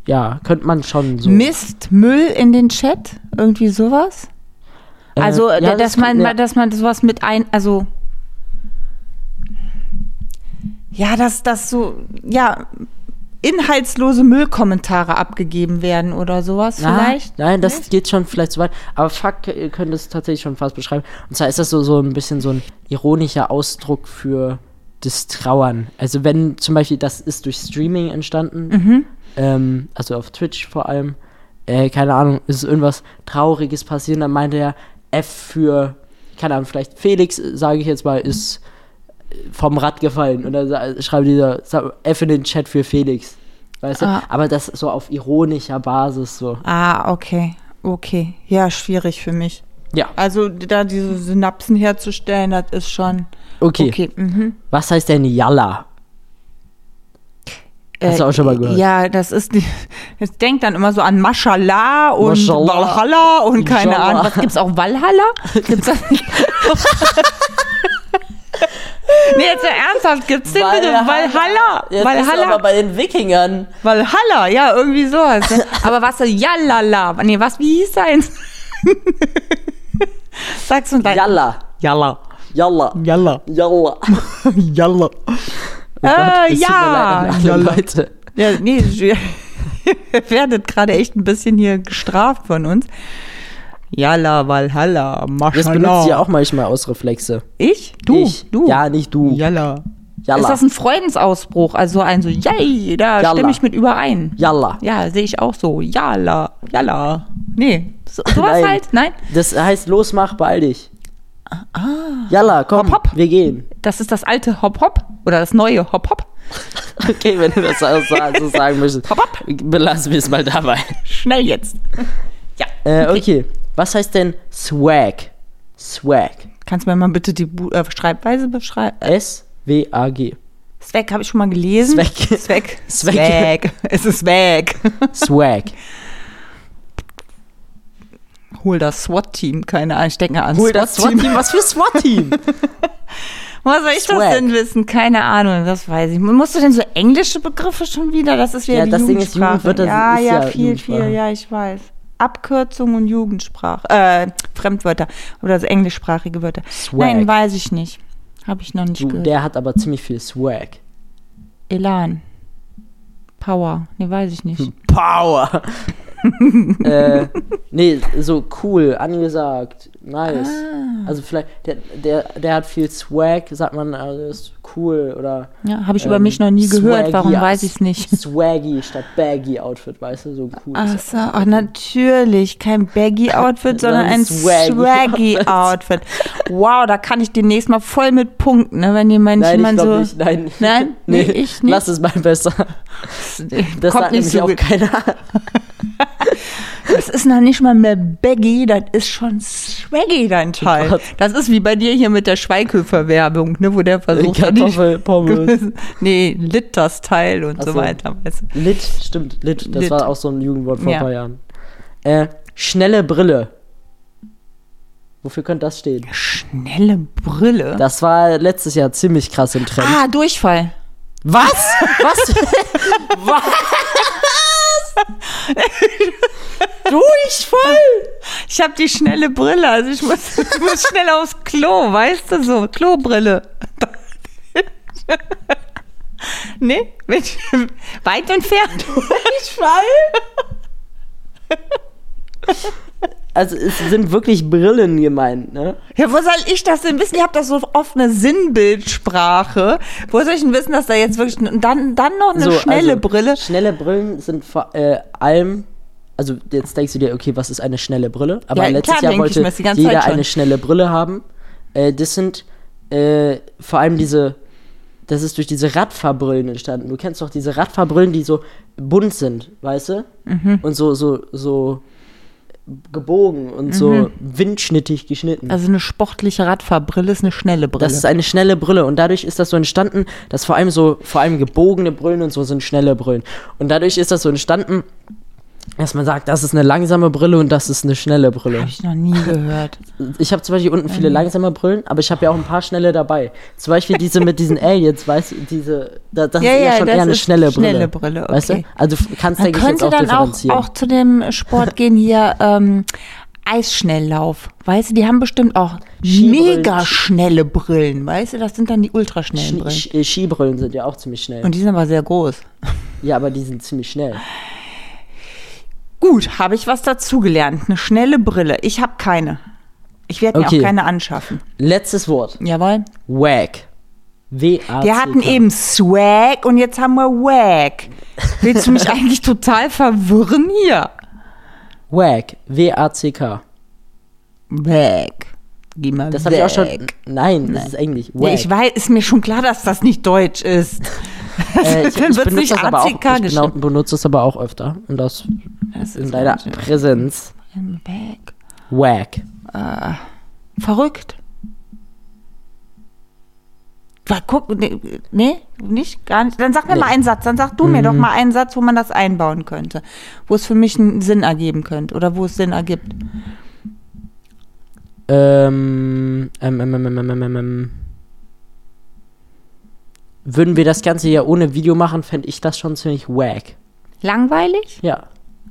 A: Ja, könnte man schon so.
B: Mist, Müll in den Chat. Irgendwie sowas.
A: Äh,
B: Also,
A: ja,
B: da- dass,
A: das
B: man,
A: kann- ja.
B: dass man sowas mit ein. Also. Ja, dass, dass so. Ja. Inhaltslose Müllkommentare abgegeben werden oder sowas
A: Na,
B: vielleicht.
A: Nein, das geht schon vielleicht zu weit. Aber fuck, ihr könnt es tatsächlich schon fast beschreiben. Und zwar ist das so, so ein bisschen so ein ironischer Ausdruck für das Trauern. Also wenn zum Beispiel, das ist durch Streaming entstanden,
B: Mhm.
A: ähm, also auf Twitch vor allem, äh, keine Ahnung, ist irgendwas Trauriges passiert, dann meinte er F für, keine Ahnung, vielleicht Felix, äh, sage ich jetzt mal, ist äh, vom Rad gefallen. Und dann sa- schreibt dieser sa- F in den Chat für Felix. Weißt
B: Ah.
A: du? Aber das so auf ironischer Basis so.
B: Ah, okay. Okay. Ja, schwierig für mich.
A: Ja,
B: Also da diese Synapsen herzustellen, das ist schon.
A: okay.
B: Okay. Mhm.
A: Was heißt denn Yalla? Hast du auch schon mal gehört?
B: Äh, Ja, das ist die. <laughs> Ich denke dann immer so an Maschallah und
A: Maschallah.
B: Valhalla und keine
A: Inshallah.
B: Ahnung. Was gibt's auch Valhalla? Gibt's
A: <laughs>
B: das nicht? nee, jetzt mal ernsthaft, gibt's den bitte Valhalla? Valhalla.
A: bei den Wikingern.
B: Valhalla, ja, irgendwie sowas. <laughs> ne? Aber was so Jalala. Nee, was wie hieß deins? Sagst du gleich.
A: Yalla.
B: Jalla.
A: Yalla.
B: Jalla.
A: Yalla.
B: Jalla.
A: Oh Gott,
B: Äh,
A: es tut mir leid
B: <laughs> ja.
A: an alle
B: Jalla.
A: Leute.
B: Ja, nee, ihr <laughs> werdet gerade echt ein bisschen hier gestraft von uns. Jalla, Valhalla,
A: Das
B: Maschallah.
A: benutzt ihr auch manchmal aus Reflexe.
B: Ich? Du?
A: ich.
B: Du?
A: Ja, nicht du.
B: Jalla.
A: Jalla.
B: Ist das ein Freudensausbruch? Also ein so, yay, da
A: Jalla.
B: stimme ich mit überein.
A: Jalla.
B: Ja, sehe ich auch so. Jalla, jalla. Nee,
A: <laughs>
B: so, sowas
A: Nein.
B: halt. Nein,
A: Das heißt, los, mach, beeil dich. Ah. Jalla, komm,
B: Hopp, hopp.
A: wir gehen.
B: <laughs> das ist das alte Hop Hop oder das neue Hop Hop.
A: Okay, wenn du das so, so sagen möchtest,
B: Hopp, hopp.
A: belassen wir es mal dabei.
B: Schnell jetzt. Ja.
A: Äh, okay, was heißt denn Swag? Swag.
B: Kannst du mir mal bitte die Bu äh, Schreibweise beschreiben?
A: S-W-A-G.
B: Zweck habe ich schon mal gelesen.
A: Zweck.
B: Zweck.
A: <laughs> Zweck.
B: Zweck. Es ist weg.
A: Swag.
B: Hol das SWAT-Team, keine Ahnung. Ich denke an
A: Hol das
B: SWAT-Team.
A: SWAT-Team. Was für SWAT-Team?
B: Was soll ich
A: Swag.
B: das denn wissen? Keine Ahnung, das weiß ich. Musst du denn so englische Begriffe schon wieder? Das ist wieder
A: Ja,
B: die
A: das Ding ist,
B: Jugendsprache.
A: Jugendwörter
B: ja,
A: ist
B: ja,
A: ja
B: viel, viel,
A: Jugendsprache.
B: ja, ich weiß. Abkürzungen und Jugendsprache, äh, Fremdwörter oder so englischsprachige Wörter.
A: <laughs> Swag.
B: Nein, weiß ich nicht. Habe ich noch nicht
A: Du,
B: gehört.
A: der hat aber ziemlich viel Swag.
B: Elan. Power. Nee, weiß ich
A: Hm.
B: nicht.
A: Power. <laughs> äh, nee, so cool, angesagt, nice.
B: Ah.
A: Also vielleicht, der, der, der hat viel Swag, sagt man, also ist cool oder
B: Ja, habe ich über
A: ähm,
B: mich noch nie gehört.
A: swaggy
B: Warum
A: aus-
B: weiß ich es
A: <laughs>
B: nicht? Ah,
A: Swaggy statt Baggy Outfit, weißt du, so ein cooles.
B: Ach so, ach, natürlich. Kein Baggy-Outfit, sondern ein
A: Swaggy-Outfit.
B: Swaggy-Outfit. Wow, da kann ich demnächst mal voll mit punkten, ne, wenn jemand
A: Nein, ich
B: jemand
A: glaube
B: so.
A: nicht, nein. <laughs>
B: Nein? Nee, ich nicht.
A: Lass es mal besser. Das
B: kommt
A: hat nämlich
B: nicht so
A: auch
B: gut.
A: keiner. an.
B: Das ist noch nicht mal mehr Baggy, das ist schon Swaggy dein Teil.
A: Oh Gott.
B: das ist wie bei dir hier mit der Schweighöfer-Werbung, ne, wo der versucht hat, <laughs> <laughs> die-
A: Kartoffel, Pommes.
B: Nee, Litters Teil und
A: Ach
B: so
A: so.
B: weiter. Weißt du?
A: Lit, stimmt, Lit, das
B: Lit.
A: war auch so ein Jugendwort vor
B: Ja.
A: ein paar Jahren. Äh, schnelle Brille. Wofür könnte das stehen?
B: Schnelle Brille.
A: Das war letztes Jahr ziemlich krass im Trend.
B: ah, Durchfall.
A: Was? Was? <laughs> Was?
B: Durchfall? Ich habe die schnelle Brille, also ich muss, <laughs> ich muss schnell aufs Klo, weißt du so, Klobrille. <laughs> nee, mit, <laughs> weit entfernt. Durchfall?
A: Also es sind wirklich Brillen gemeint, ne?
B: Ja, wo soll ich das denn wissen? Ihr habt doch so oft eine Sinnbildsprache. Wo soll ich denn wissen, dass da jetzt wirklich... Und dann, dann noch eine
A: So,
B: schnelle
A: also,
B: Brille.
A: Schnelle Brillen sind vor äh, allem. Also jetzt denkst du dir, okay, was ist eine schnelle Brille? Aber
B: Ja,
A: letztes
B: klar
A: Jahr
B: denk ich
A: wollte
B: mir das die ganze
A: jeder
B: Zeit schon.
A: eine schnelle Brille haben. Äh, das sind äh, vor allem diese. Das ist durch diese Radfahrbrillen entstanden. Du kennst doch diese Radfahrbrillen, die so bunt sind, weißt du?
B: Mhm.
A: Und so, so, so gebogen und
B: Mhm.
A: so windschnittig geschnitten.
B: Also eine sportliche Radfahrbrille ist eine schnelle Brille.
A: Das ist eine schnelle Brille und dadurch ist das so entstanden, dass vor allem so, vor allem gebogene Brillen und so sind schnelle Brillen. Und dadurch ist das so entstanden, dass man sagt, das ist eine langsame Brille und das ist eine schnelle Brille.
B: habe ich Mhm. noch nie gehört.
A: Ich habe zum Beispiel unten viele langsame Brillen, aber ich habe ja auch ein paar schnelle dabei. Zum Beispiel diese mit diesen Aliens, weißt du, diese, da, das
B: Ja,
A: ist ja
B: ja,
A: schon
B: das
A: eher eine
B: ist
A: schnelle Brille.
B: schnelle Brille, okay.
A: Weißt du? Also f- kannst
B: Man
A: denke ich jetzt
B: könnte
A: auch
B: dann auch,
A: differenzieren.
B: auch zu
A: <laughs>
B: dem Sport gehen hier ähm, Eisschnelllauf. Weißt du, die haben bestimmt auch
A: Skibrillen.
B: mega schnelle Brillen. Weißt du, das sind dann die ultraschnellen
A: Ski-
B: Brillen.
A: Ski- äh, Skibrillen sind ja auch ziemlich schnell.
B: Und die sind aber sehr groß.
A: ja, aber die sind ziemlich schnell.
B: Gut, habe ich was dazugelernt. Eine schnelle Brille. Ich habe keine. Ich werde
A: Okay.
B: mir auch keine anschaffen.
A: Letztes Wort.
B: Jawohl.
A: Wack. W-A-C-K.
B: Wir hatten eben Swag und jetzt haben wir Wag. Willst du
A: <laughs>
B: mich eigentlich total verwirren hier?
A: Wack. W-A-C-K.
B: Wag. Geh mal
A: Das habe ich auch schon.
B: weg.
A: Nein, das ist Englisch. Wack.
B: Ja, ich weiß, ist mir schon klar, dass das nicht deutsch ist.
A: Äh, ich,
B: Dann
A: ich
B: wird's
A: benutze
B: nicht
A: das aber auch, ich
B: ACK
A: benau- benutze das aber auch öfter. Und das
B: Das
A: in deiner Präsenz.
B: Weg.
A: Wack.
B: Verrückt. Wa- Guck, nee, nee, nicht, gar nicht. Dann sag mir
A: Nee. Mhm.
B: mal einen Satz, dann sag du mir doch mal einen Satz, wo man das einbauen könnte. Wo es für mich einen Sinn ergeben könnte oder wo es Sinn ergibt.
A: Ähm, ähm, ähm, ähm, ähm, ähm, ähm, ähm. Würden wir das Ganze ja ohne Video machen, fände ich das schon ziemlich wack.
B: Langweilig?
A: Ja.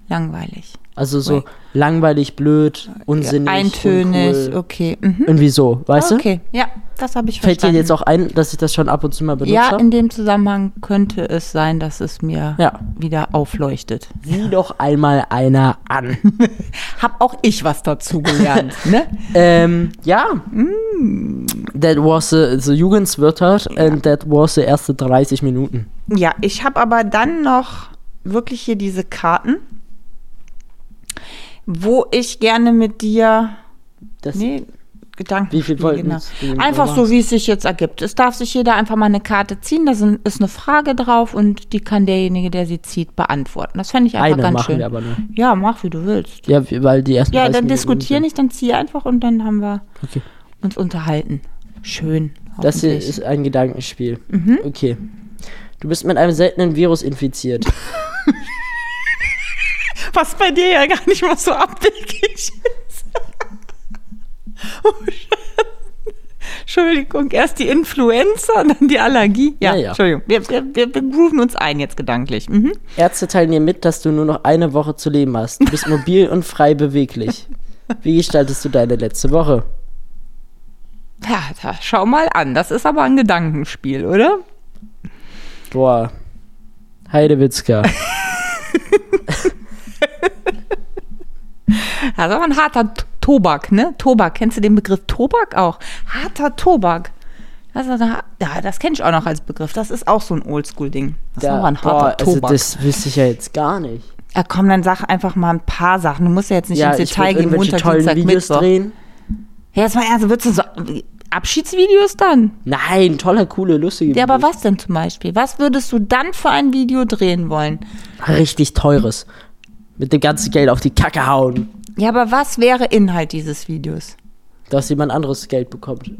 B: Langweilig.
A: Also so
B: Ui.
A: langweilig, blöd, unsinnig,
B: Eintönig,
A: uncool.
B: okay. Mhm.
A: Irgendwie so, weißt du?
B: Okay, ja, das habe ich
A: Fällt dir
B: verstanden.
A: jetzt auch ein, dass ich das schon ab und zu mal benutzt
B: ja,
A: habe?
B: in dem Zusammenhang könnte es sein, dass es mir
A: Ja.
B: wieder aufleuchtet.
A: Sieh doch einmal einer an. <laughs>
B: Hab auch ich was dazu <laughs> gelernt, ne?
A: ähm, ja. Mm. That was the, the Jugendswörter and that was the erste 30 Minuten.
B: Ja, ich habe aber dann noch wirklich hier diese Karten, wo ich gerne mit dir
A: Das
B: Nee, Gedanken. genau.
A: Wie viel wollten es geben,
B: Einfach
A: oder?
B: so, wie es sich jetzt ergibt. Es darf sich jeder einfach mal eine Karte ziehen, da sind, ist eine Frage drauf und die kann derjenige, der sie zieht, beantworten. Das fände ich einfach
A: eine
B: ganz
A: machen
B: schön.
A: wir aber nur.
B: Ja, mach wie du willst.
A: Ja, wie- weil die ersten
B: Ja,
A: 30
B: dann
A: Minuten
B: diskutier
A: sind-
B: nicht, dann zieh einfach und dann haben wir
A: Okay.
B: uns unterhalten. Schön.
A: Das hier
B: hoffentlich.
A: ist ein Gedankenspiel.
B: Mhm.
A: Okay. Du bist mit einem seltenen Virus
B: <laughs>
A: infiziert.
B: Was bei dir ja gar nicht mal so abwegig ist. Oh, Scheiße. Entschuldigung, erst die Influenza, dann die Allergie. Ja,
A: Ja, ja.
B: Entschuldigung. Wir, wir, wir, wir grooven uns ein jetzt gedanklich. Mhm.
A: Ärzte teilen dir mit, dass du nur noch eine Woche zu leben hast. Du bist mobil und frei beweglich. Wie gestaltest du deine letzte Woche?
B: Ja, da, schau mal an. Das ist aber ein Gedankenspiel, oder?
A: Boah.
B: <laughs>
A: Heidewitzka.
B: Das ist aber ein harter T- Tobak, ne? Tobak. Kennst du den Begriff Tobak auch? Harter Tobak. Das, ist ein har- ja, das kenne ich auch noch als Begriff. Das ist auch so ein Oldschool-Ding. Das ist
A: Da-
B: aber ein harter
A: boah, also
B: Tobak.
A: das wüsste ich ja jetzt gar nicht.
B: ja, komm, dann sag einfach mal ein paar Sachen. Du musst ja jetzt nicht
A: ja,
B: ins
A: ich würd
B: Detail gehen,
A: irgendwelche
B: Montag,
A: tollen
B: Dienstag,
A: Videos
B: Mittwoch.
A: drehen.
B: Ja, jetzt mal ernst, würdest du so äh, Abschiedsvideos dann?
A: Nein, tolle, coole, lustige
B: Ja, aber
A: Videos.
B: was denn zum Beispiel? Was würdest du dann für ein Video drehen wollen?
A: Richtig teures. Mit dem ganzen Geld auf die Kacke hauen.
B: Ja, aber was wäre Inhalt dieses Videos?
A: Dass jemand anderes Geld bekommt. <laughs>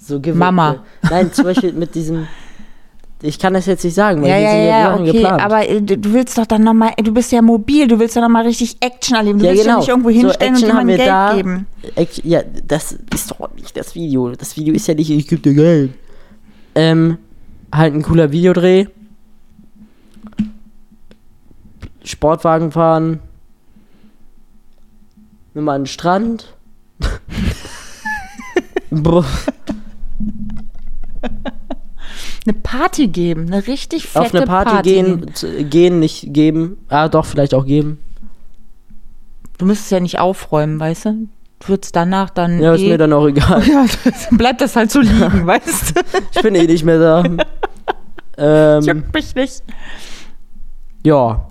A: so gewinnt.
B: Mama.
A: Nein, zum Beispiel mit diesem. Ich kann das jetzt nicht sagen, weil
B: Ja,
A: die
B: ja,
A: sind ja,
B: ja,
A: Sachen
B: okay,
A: geplant.
B: aber äh, du du willst doch dann nochmal, du bist ja mobil, du willst ja nochmal richtig Action erleben. Du
A: ja,
B: willst
A: genau.
B: ja nicht irgendwo
A: So,
B: hinstellen
A: Action
B: und
A: haben
B: jemandem
A: wir
B: Geld
A: da.
B: geben.
A: Action, ja, das ist doch nicht das Video. Das Video ist ja nicht, ich gebe dir Geld. Ähm, halt ein cooler Videodreh. Sportwagen fahren. Nimm mal einen
B: <laughs>
A: Strand. Boah,
B: Eine Party geben, eine richtig fette
A: auf eine Party, gehen, zu- gehen, nicht geben. Ah, doch, vielleicht auch geben.
B: Du müsstest ja nicht aufräumen, weißt du? Du würdest danach dann.
A: Ja, ist
B: eh,
A: mir dann auch egal.
B: ja, das- <laughs> bleibt das halt so liegen, weißt <laughs> du?
A: Ich bin eh nicht mehr
B: <laughs>
A: da. Ähm,
B: Juckt mich nicht.
A: ja.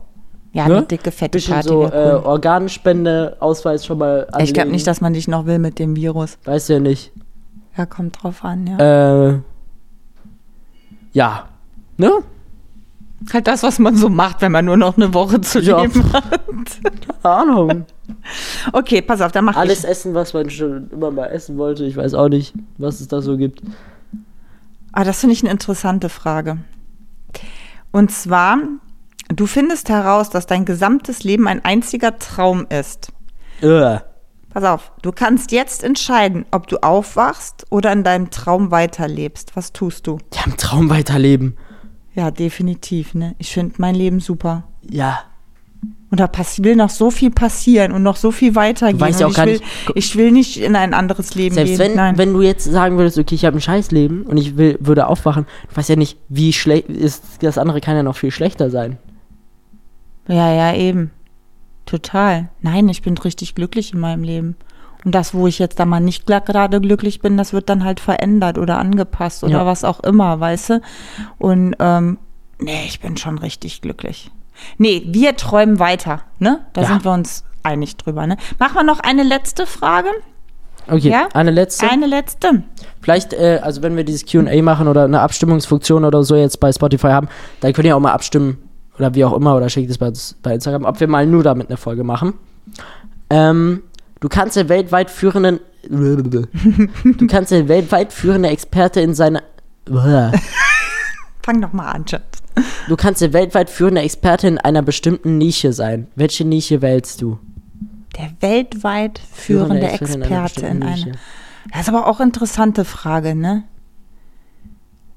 B: Ja,
A: Ne?
B: eine dicke, fette
A: bisschen
B: Party.
A: so äh,
B: wäre cool.
A: Organspende, Ausweis schon mal anlegen.
B: ich glaube nicht, dass man dich noch will mit dem Virus.
A: Weiß ja nicht.
B: Ja, kommt drauf an, ja.
A: Äh, ja. Ne?
B: Halt das, was man so macht, wenn man nur noch eine Woche zu
A: Ja.
B: leben hat.
A: Keine Ahnung.
B: Okay, pass auf, dann mach
A: Alles
B: ich.
A: essen, was man schon immer mal essen wollte. Ich weiß auch nicht, was es da so gibt.
B: Ah, das finde ich eine interessante Frage. Und zwar, du findest heraus, dass dein gesamtes Leben ein einziger Traum ist.
A: Äh.
B: Pass auf, du kannst jetzt entscheiden, ob du aufwachst oder in deinem Traum weiterlebst. Was tust du?
A: Ja, im Traum weiterleben.
B: Ja, definitiv, ne? Ich finde mein Leben super.
A: Ja.
B: Und da passi- will noch so viel passieren und noch so viel weitergehen.
A: weißt ja
B: Und
A: auch gar
B: ich will,
A: nicht-
B: Ich will nicht in ein anderes Leben
A: Selbst
B: gehen.
A: wenn,
B: Nein.
A: wenn du jetzt sagen würdest, okay, ich habe ein Scheißleben und ich will, würde aufwachen, du weißt ja nicht, wie schlecht ist das andere kann ja noch viel schlechter sein.
B: Ja, ja, eben. Total. Nein, ich bin richtig glücklich in meinem Leben. Und das, wo ich jetzt da mal nicht gla- gerade glücklich bin, das wird dann halt verändert oder angepasst oder
A: Ja.
B: was auch immer, weißt du? Und ähm, nee, ich bin schon richtig glücklich. Nee, wir träumen weiter, ne? Da
A: Ja.
B: sind wir uns einig drüber, ne? Machen wir noch eine letzte Frage?
A: Okay,
B: Ja?
A: eine letzte.
B: Eine letzte.
A: Vielleicht, äh, also wenn wir dieses QA machen oder eine Abstimmungsfunktion oder so jetzt bei Spotify haben, dann könnt ihr auch mal abstimmen oder wie auch immer oder schickt es bei, uns- bei Instagram, ob wir mal nur damit eine Folge machen. Ähm, du kannst den weltweit führenden. <laughs> Du kannst den weltweit führenden Experte in seiner. <laughs> Du
B: Fang doch mal an, Schatz.
A: kannst der weltweit führende Experte in einer bestimmten Nische sein. Welche Nische wählst du?
B: Der weltweit führende
A: Experte einer
B: Experte in
A: bestimmten
B: einer.
A: Nische.
B: Das ist aber auch interessante Frage, ne?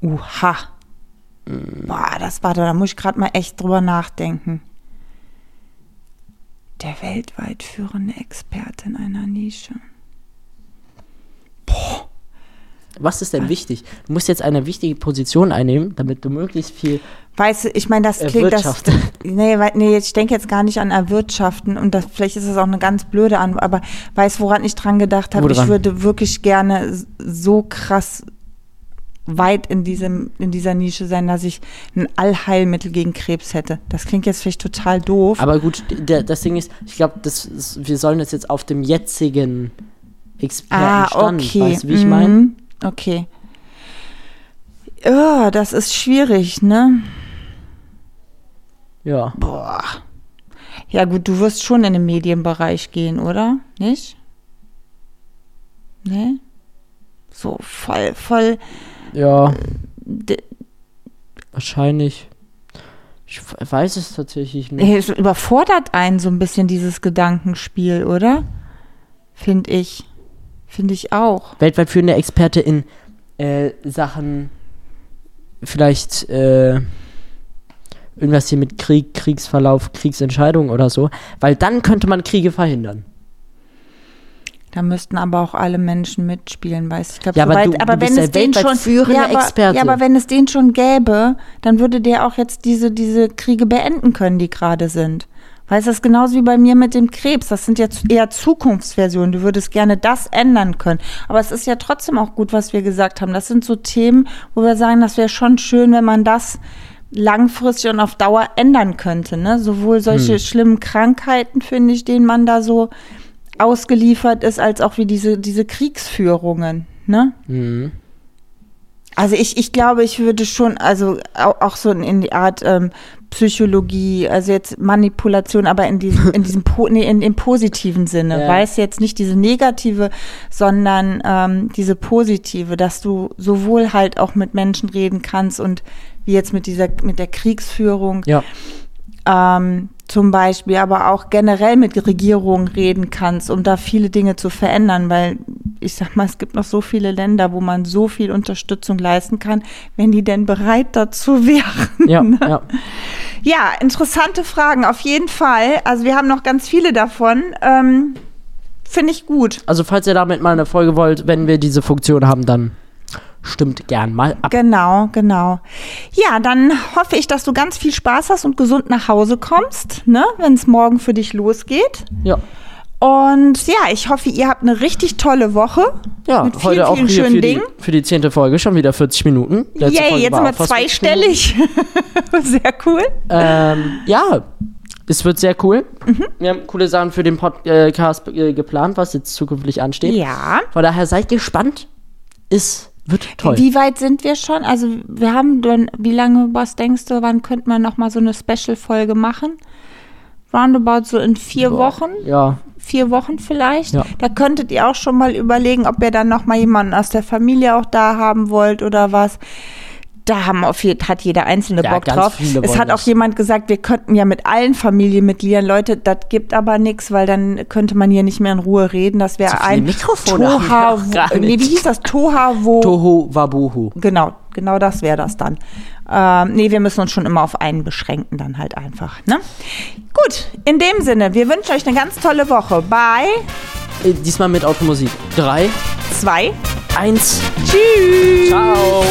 B: Uha. Boah, das war da, da muss ich gerade mal echt drüber nachdenken. der weltweit führende Experte in einer Nische.
A: Was ist denn wichtig? Du musst jetzt eine wichtige Position einnehmen, damit du möglichst viel.
B: Weißt du, ich meine, das klingt das.
A: Erwirtschaften.
B: <laughs> Nee, wei- nee, ich denke jetzt gar nicht an Erwirtschaften und das, vielleicht ist das auch eine ganz blöde Antwort, aber weißt woran ich dran gedacht habe? Ich
A: Woran?
B: würde wirklich gerne s- so krass weit in, diesem, in dieser Nische sein, dass ich ein Allheilmittel gegen Krebs hätte. Das klingt jetzt vielleicht total doof.
A: Aber gut, der, das Ding ist, ich glaube, das ist- wir sollen das jetzt auf dem jetzigen
B: Ah,
A: Expertenstand.
B: okay.
A: Weißt du, wie ich
B: Mhm.
A: meine?
B: Okay. Ja, das ist schwierig, ne?
A: Ja.
B: Boah. Ja, gut, du wirst schon in den Medienbereich gehen, oder? Nicht? Ne? So voll, voll.
A: Ja,
B: d-
A: wahrscheinlich. Ich weiß es tatsächlich nicht.
B: Es überfordert einen so ein bisschen dieses Gedankenspiel, oder? Finde ich. Finde ich auch.
A: weltweit führende Experte in äh, Sachen vielleicht äh, irgendwas hier mit Krieg, Kriegsverlauf, Kriegsentscheidung oder so, weil dann könnte man Kriege verhindern.
B: Da müssten aber auch alle Menschen mitspielen, weißt du? Ich glaube,
A: Ja, aber
B: soweit,
A: du-
B: aber
A: du
B: wenn
A: bist
B: es
A: der
B: den
A: weltweit
B: schon
A: führende
B: ja, aber,
A: Experte.
B: Ja, aber wenn es den schon gäbe, dann würde der auch jetzt diese, diese Kriege beenden können, die gerade sind. Weißt du, das ist genauso wie bei mir mit dem Krebs. Das sind jetzt eher Zukunftsversionen. Du würdest gerne das ändern können. Aber es ist ja trotzdem auch gut, was wir gesagt haben. Das sind so Themen, wo wir sagen, das wäre schon schön, wenn man das langfristig und auf Dauer ändern könnte. Ne? Sowohl solche schlimmen Krankheiten, finde ich, denen man da so ausgeliefert ist, als auch wie diese, diese Kriegsführungen. Ne? Also ich, ich glaube, ich würde schon, also au- auch so in die Art ähm, Psychologie, also jetzt Manipulation, aber in diesem, in diesem po, nee, in, im positiven Sinne.
A: Ja.
B: Weiß jetzt nicht diese negative, sondern ähm, diese positive, dass du sowohl halt auch mit Menschen reden kannst und wie jetzt mit dieser, mit der Kriegsführung,
A: Ja.
B: ähm, zum Beispiel, aber auch generell mit Regierungen reden kannst, um da viele Dinge zu verändern, weil ich sag mal, es gibt noch so viele Länder, wo man so viel Unterstützung leisten kann, wenn die denn bereit dazu <laughs> wären.
A: Ja, ja.
B: Ja, interessante Fragen, auf jeden Fall. Also wir haben noch ganz viele davon. Ähm, Finde ich gut.
A: Also falls ihr damit mal eine Folge wollt, wenn wir diese Funktion haben, dann stimmt gern mal ab.
B: Genau, genau. Ja, dann hoffe ich, dass du ganz viel Spaß hast und gesund nach Hause kommst, ne, wenn es morgen für dich losgeht.
A: Ja.
B: Und ja, ich hoffe, ihr habt eine richtig tolle Woche.
A: Ja,
B: mit vielen,
A: heute auch
B: vielen
A: hier
B: schönen
A: für die,
B: Dingen.
A: für die zehnte Folge schon wieder 40 Minuten. Letzte
B: Yay,
A: Folge
B: jetzt
A: war
B: sind
A: auch
B: wir
A: fast 40 Minuten.
B: zweistellig. <laughs> Sehr cool.
A: ähm, ja, es wird sehr cool.
B: Mhm.
A: Wir haben coole Sachen für den Podcast äh, geplant, was jetzt zukünftig ansteht.
B: Ja.
A: Von daher seid gespannt. Es wird toll.
B: Wie weit sind wir schon? Also wir haben dann, wie lange, was denkst du, wann könnte man nochmal so eine Special-Folge machen? Roundabout so in vier Wochen,
A: Ja,
B: vier Wochen vielleicht.
A: Ja.
B: Da könntet ihr auch schon mal überlegen, ob ihr dann nochmal jemanden aus der Familie auch da haben wollt oder was. Da haben auf je, hat jeder Einzelne
A: Ja,
B: Bock
A: ganz
B: drauf.
A: viele
B: Es
A: wollen
B: hat auch
A: das.
B: jemand gesagt, wir könnten ja mit allen Familienmitgliedern, Leute, das gibt aber nichts, weil dann könnte man hier nicht mehr in Ruhe reden. Das
A: Zu
B: wäre
A: viele
B: ein
A: Mikrofone haben wir
B: Toha,
A: auch gar
B: nee, wie
A: nicht.
B: hieß das? Toha, wo
A: Toho Wabuhu.
B: Genau, genau das wäre das dann. Ähm, nee, wir müssen uns schon immer auf einen beschränken, dann halt einfach. Ne? Gut, in dem Sinne, wir wünschen euch eine ganz tolle Woche. Bye,
A: Äh, diesmal mit Automusik. Drei,
B: zwei,
A: eins,
B: tschüss.
A: ciao.